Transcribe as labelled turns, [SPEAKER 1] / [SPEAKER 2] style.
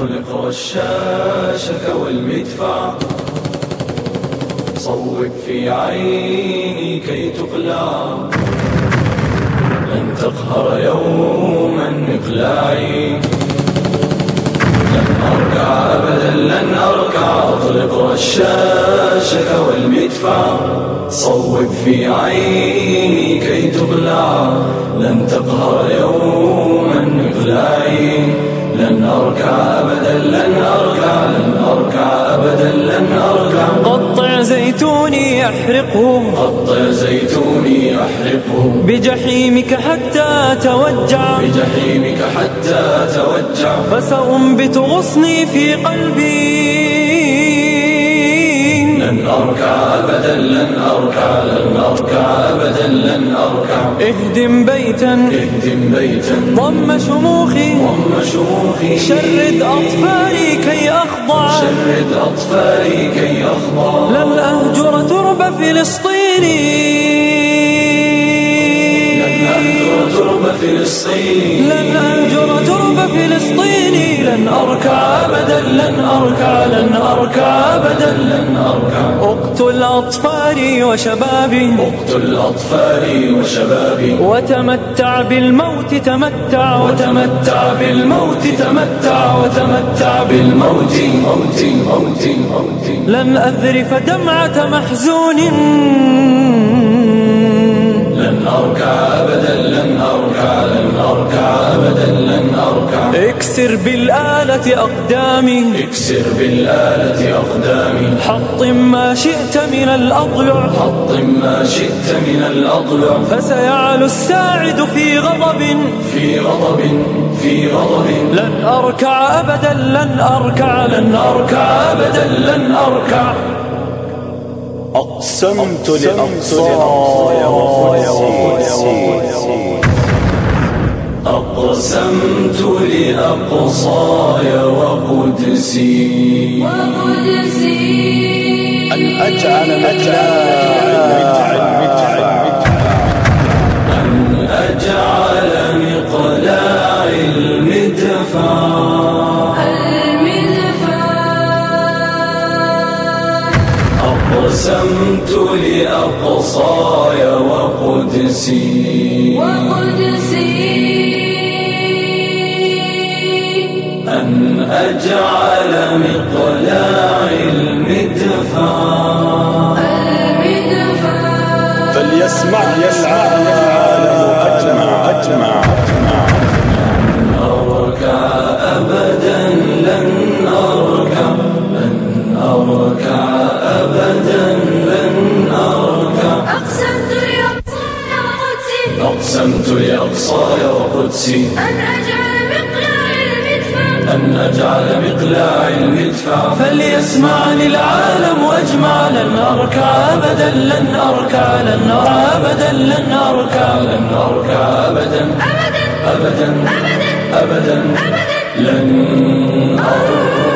[SPEAKER 1] خلق رشاشك والمدفع صوب في عيني كي تقلع لن تقهر يوما إقلاعي لن أركع أبدا لن أركع أطلق رشاشك والمدفع صوب في عيني كي تقلع لن تقهر يوما إقلاعي لن أركع أبدا لن أركع لن أركع أبدا لن أركع
[SPEAKER 2] قطع زيتوني أحرقه
[SPEAKER 1] قطع زيتوني أحرقه
[SPEAKER 2] بجحيمك حتى أتوجع
[SPEAKER 1] بجحيمك حتى أتوجع
[SPEAKER 2] فسأنبت غصني في قلبي
[SPEAKER 1] لن أركع أبدا لن أركع لن أركع أبدا لن أركع
[SPEAKER 2] اهدم بيتا
[SPEAKER 1] اهدم بيتا
[SPEAKER 2] ضم شموخي
[SPEAKER 1] ضم شموخي
[SPEAKER 2] شرد أطفالي كي أخضع
[SPEAKER 1] شرد أطفالي كي أخضع
[SPEAKER 2] لن أهجر ترب فلسطيني
[SPEAKER 1] لن أهجر ترب فلسطيني
[SPEAKER 2] لن أهجر ترب فلسطيني لن أركع أبدا لن أركع لن أركع أبدا
[SPEAKER 1] لن أركع
[SPEAKER 2] أقتل أطفالي وشبابي
[SPEAKER 1] أقتل أطفالي وشبابي
[SPEAKER 2] وتمتع بالموت تمتع
[SPEAKER 1] وتمتع بالموت تمتع وتمتع بالموت موت موت موت
[SPEAKER 2] لن أذرف دمعة محزون
[SPEAKER 1] لن أركع أبدا لن أركع لن أركع أبدا لن أركع
[SPEAKER 2] اكسر بالآلة أقدامي
[SPEAKER 1] اكسر بالآلة أقدامي
[SPEAKER 2] حطم ما شئت من الأضلع
[SPEAKER 1] حطم ما شئت من الأضلع
[SPEAKER 2] فسيعلو الساعد في غضب
[SPEAKER 1] في غضب في غضب
[SPEAKER 2] لن أركع أبدا لن أركع لن
[SPEAKER 1] لن أركع أبدا لن أركع
[SPEAKER 3] أقسمت لأقصايا وقدسي
[SPEAKER 1] أقسمت لأقصاي وقدسي
[SPEAKER 4] وقدسي
[SPEAKER 3] أن أجعل
[SPEAKER 1] أن أجعل مقلاع المدفع
[SPEAKER 4] المدفع
[SPEAKER 1] أقسمت لأقصاي وقدسي
[SPEAKER 4] وقدسي
[SPEAKER 1] أن أجعل مقلاع المدفع
[SPEAKER 4] المدفع
[SPEAKER 3] فليسمع يسعى العالم أجمع أجمع
[SPEAKER 1] أركع أبدا لن أركع لن أركع أبدا لن أركع
[SPEAKER 4] أقسمت لأقصاك وقدسي
[SPEAKER 1] أقسمت لأقصاي وقدسي
[SPEAKER 4] أن أجعل مقلاع المدفع
[SPEAKER 1] أن أجعل مقلاع المدفع فليسمعني العالم واجمع لن أركع أبدا لن أركع لن أركع أبدا لن أركع لن أركع أبدا
[SPEAKER 4] أبدا
[SPEAKER 1] أبدا
[SPEAKER 4] أبدا
[SPEAKER 1] أبدا لن أركع